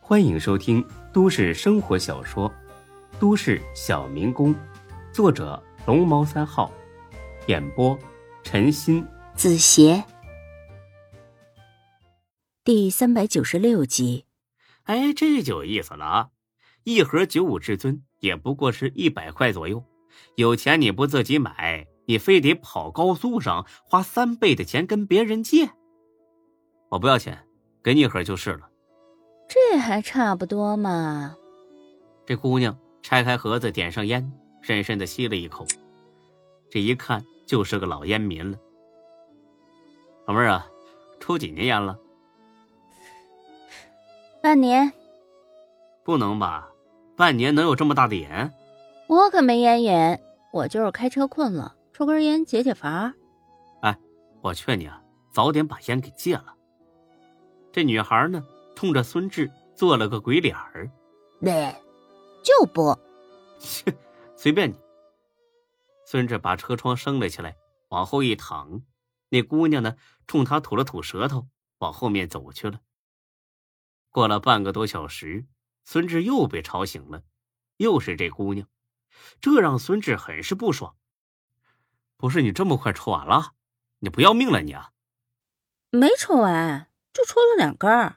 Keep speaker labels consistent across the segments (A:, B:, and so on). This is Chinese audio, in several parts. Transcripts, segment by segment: A: 欢迎收听都市生活小说《都市小民工》，作者龙猫三号，演播陈鑫、
B: 子邪，第三百九十六集。
A: 哎，这就有意思了啊！一盒九五至尊也不过是一百块左右，有钱你不自己买，你非得跑高速上花三倍的钱跟别人借。我不要钱，给你一盒就是了。
B: 这还差不多嘛。
A: 这姑娘拆开盒子，点上烟，深深的吸了一口，这一看就是个老烟民了。老妹儿啊，抽几年烟了？
B: 半年，
A: 不能吧？半年能有这么大的瘾？
B: 我可没烟瘾，我就是开车困了，抽根烟解解乏儿。
A: 我劝你啊，早点把烟给戒了。这女孩呢，冲着孙志做了个鬼脸儿，
B: 对，就不。
A: 随便你。孙志把车窗升了起来，往后一躺，那姑娘呢，冲他吐了吐舌头，往后面走去了。过了半个多小时，孙志又被吵醒了，又是这姑娘，这让孙志很是不爽。不是你这么快抽完了？你不要命了你啊？
B: 没抽完，就抽了两根儿。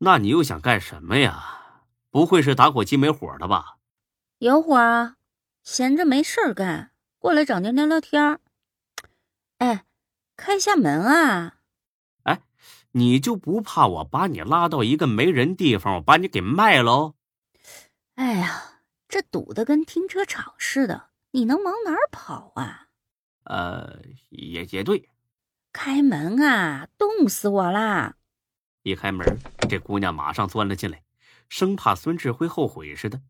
A: 那你又想干什么呀？不会是打火机没火了吧？
B: 有会儿啊，闲着没事儿干，过来找您聊聊天儿。哎，开下门啊！
A: 你就不怕我把你拉到一个没人地方，我把你给卖哦喽？
B: 哎呀，这堵得跟停车场似的，你能往哪儿跑啊？
A: 呃，也也对。
B: 开门啊！冻死我啦！
A: 一开门，这姑娘马上钻了进来，生怕孙志会后悔似的。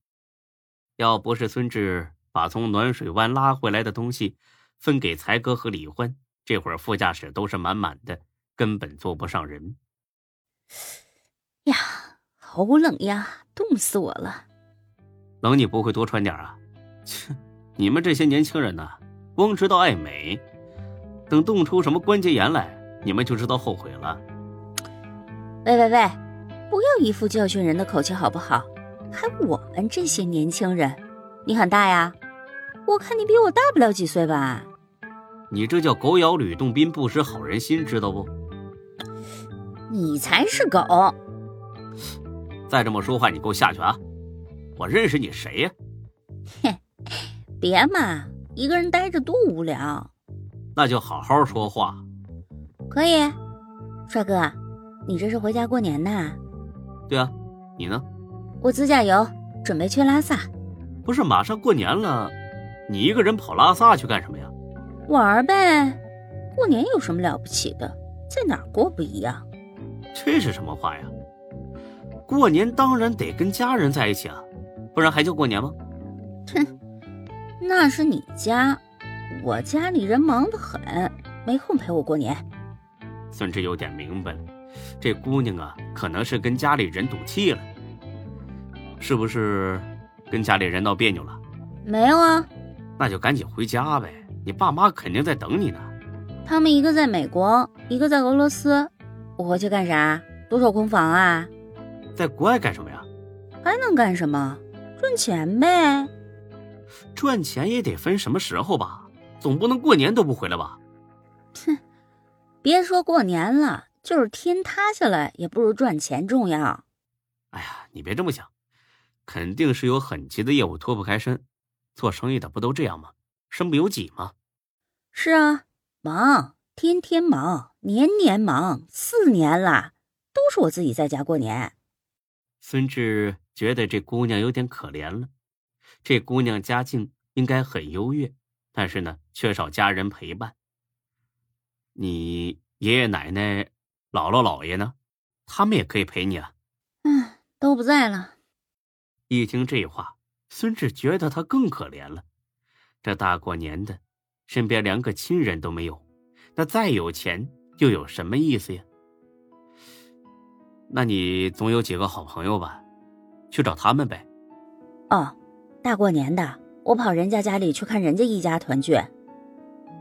A: 要不是孙志把从暖水湾拉回来的东西分给才哥和李欢，这会儿副驾驶都是满满的，根本坐不上人。
B: 呀，好冷呀，冻死我了！
A: 冷你不会多穿点啊？切，你们这些年轻人呐、光知道爱美，等冻出什么关节炎来，你们就知道后悔了。
B: 喂喂喂，不要一副教训人的口气好不好？还我们这些年轻人，你很大呀？我看你比我大不了几岁吧？
A: 你这叫狗咬吕洞宾，不识好人心，知道不？
B: 你才是狗！
A: 再这么说话，你给我下去啊！我认识你谁呀、
B: 别嘛，一个人待着多无聊。
A: 那就好好说话。
B: 可以，帅哥，你这是回家过年呐？
A: 对啊，你呢？
B: 我自驾游，准备去拉萨
A: 不是马上过年了，你一个人跑拉萨去干什么呀？
B: 玩儿呗。过年有什么了不起的？在哪儿过不一样？
A: 这是什么话呀？过年当然得跟家人在一起啊，不然还叫过年吗？
B: 那是你家，我家里人忙得很，没空陪我过年。
A: 孙志有点明白了，这姑娘啊，可能是跟家里人赌气了，是不是跟家里人闹别扭了？
B: 没有啊，
A: 那就赶紧回家呗，你爸妈肯定在等你呢。
B: 他们一个在美国，一个在俄罗斯，我回去干啥？独守空房啊？
A: 在国外干什么呀？
B: 还能干什么？赚钱呗。
A: 赚钱也得分什么时候吧，总不能过年都不回来吧？
B: 别说过年了，就是天塌下来，也不如赚钱重要。
A: 哎呀，你别这么想，肯定是有很急的业务脱不开身，做生意的不都这样吗？身不由己吗？
B: 是啊，忙，天天忙，年年忙，四年了，都是我自己在家过年。
A: 孙志觉得这姑娘有点可怜了。这姑娘家境应该很优越，但是呢，缺少家人陪伴。你爷爷奶奶、姥姥姥爷呢？他们也可以陪你啊。
B: 嗯，都不在了。
A: 一听这话，孙志觉得他更可怜了。这大过年的，身边连个亲人都没有，那再有钱又有什么意思呀？那你总有几个好朋友吧？去找他们呗。
B: 哦，大过年的，我跑人家家里去看人家一家团聚，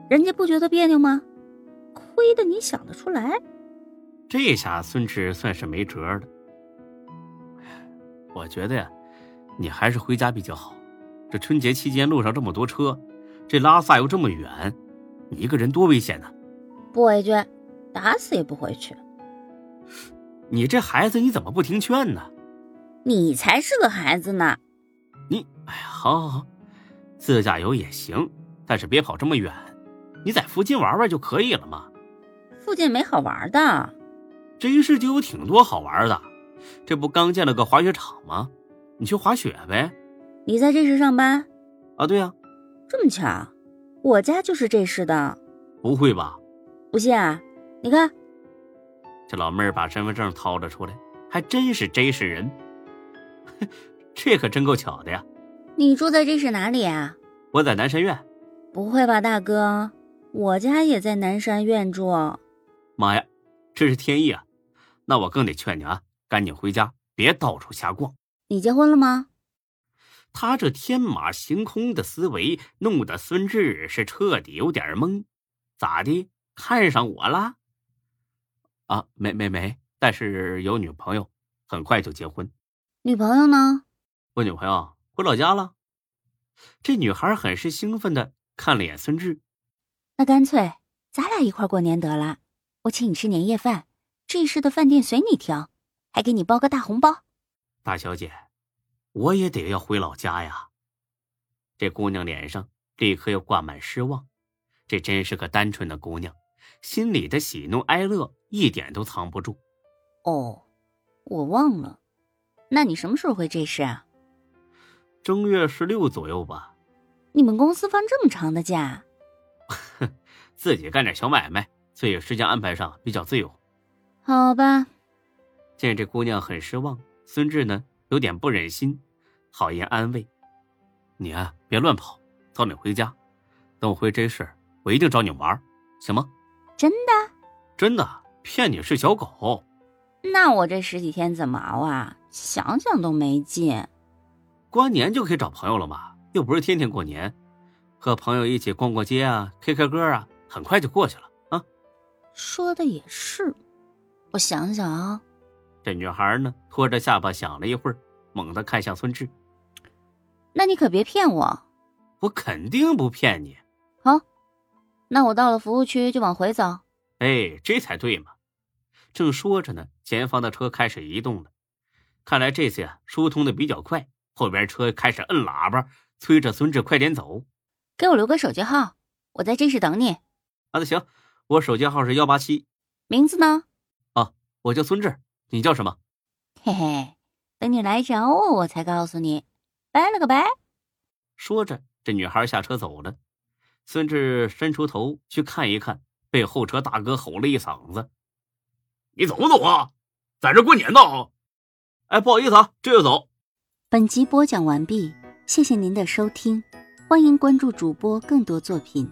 B: 人家不觉得别扭吗？亏得你想得出来。
A: 这下孙志算是没辙了。我觉得呀，你还是回家比较好。这春节期间路上这么多车，这拉萨又这么远，你一个人多危险呐、
B: 不回去，打死也不回去。
A: 你这孩子你怎么不听劝呢？
B: 你才是个孩子呢！
A: 你，哎呀，好好好，自驾游也行，但是别跑这么远，你在附近玩玩就可以了嘛。
B: 附近没好玩的，
A: 这一市就有挺多好玩的，这不刚建了个滑雪场吗？你去滑雪呗。
B: 你在这市上班，
A: 啊，对呀、
B: 这么巧？我家就是这市的，
A: 不会吧？
B: 不信啊？你看，
A: 这老妹儿把身份证掏了出来，还真是 J 市人， 这可真够巧的呀！
B: 你住在这市哪里啊？
A: 我在南山苑，
B: 不会吧，大哥，我家也在南山院住。
A: 妈呀，这是天意啊！那我更得劝你啊，赶紧回家，别到处瞎逛。
B: 你结婚了吗？
A: 他这天马行空的思维，弄得孙志是彻底有点懵。咋的？看上我啦？啊，没没没，但是有女朋友，很快就结婚。
B: 女朋友呢？
A: 我女朋友回老家了。这女孩很是兴奋的看了眼孙志，
B: 那干脆咱俩一块儿过年得了，我请你吃年夜饭，这市的饭店随你挑，还给你包个大红包。
A: 大小姐，我也得要回老家呀。这姑娘脸上立刻又挂满失望，这真是个单纯的姑娘，心里的喜怒哀乐一点都藏不住。
B: 哦，我忘了，那你什么时候回这市啊？
A: 正月十六左右吧，
B: 你们公司放这么长的假，
A: 自己干点小买卖，所以时间安排上比较自由。
B: 好吧？
A: 见这姑娘很失望，孙志呢有点不忍心，好言安慰：“你啊，别乱跑，早点回家。等我回这市，我一定找你玩儿，行吗？”
B: 真的？
A: 真的，骗你是小狗。
B: 那我这十几天怎么熬啊？想想都没劲。
A: 过完年就可以找朋友了嘛，又不是天天过年，和朋友一起逛逛街啊，K K 歌啊，很快就过去了啊。
B: 说的也是，我想想啊，
A: 这女孩呢，拖着下巴想了一会儿，猛地看向孙志
B: 那你可别骗我。：“
A: 我肯定不骗你，
B: 那我到了服务区就往回走。
A: 哎，这才对嘛。”正说着呢，前方的车开始移动了。看来这次呀、疏通的比较快，后边车开始摁喇叭，催着孙志快点走。
B: 给我留个手机号，我在这市等你。
A: 啊，那行，我手机号是幺八七，
B: 名字呢？
A: 我叫孙志，你叫什么？
B: 嘿嘿，等你来找我，我才告诉你。拜了个拜。
A: 说着，这女孩下车走了。孙志伸出头去看一看，被后车大哥吼了一嗓子：“你走不走啊？在这过年呢！”哎，不好意思啊，这就走。
B: 本集播讲完毕，谢谢您的收听，欢迎关注主播更多作品。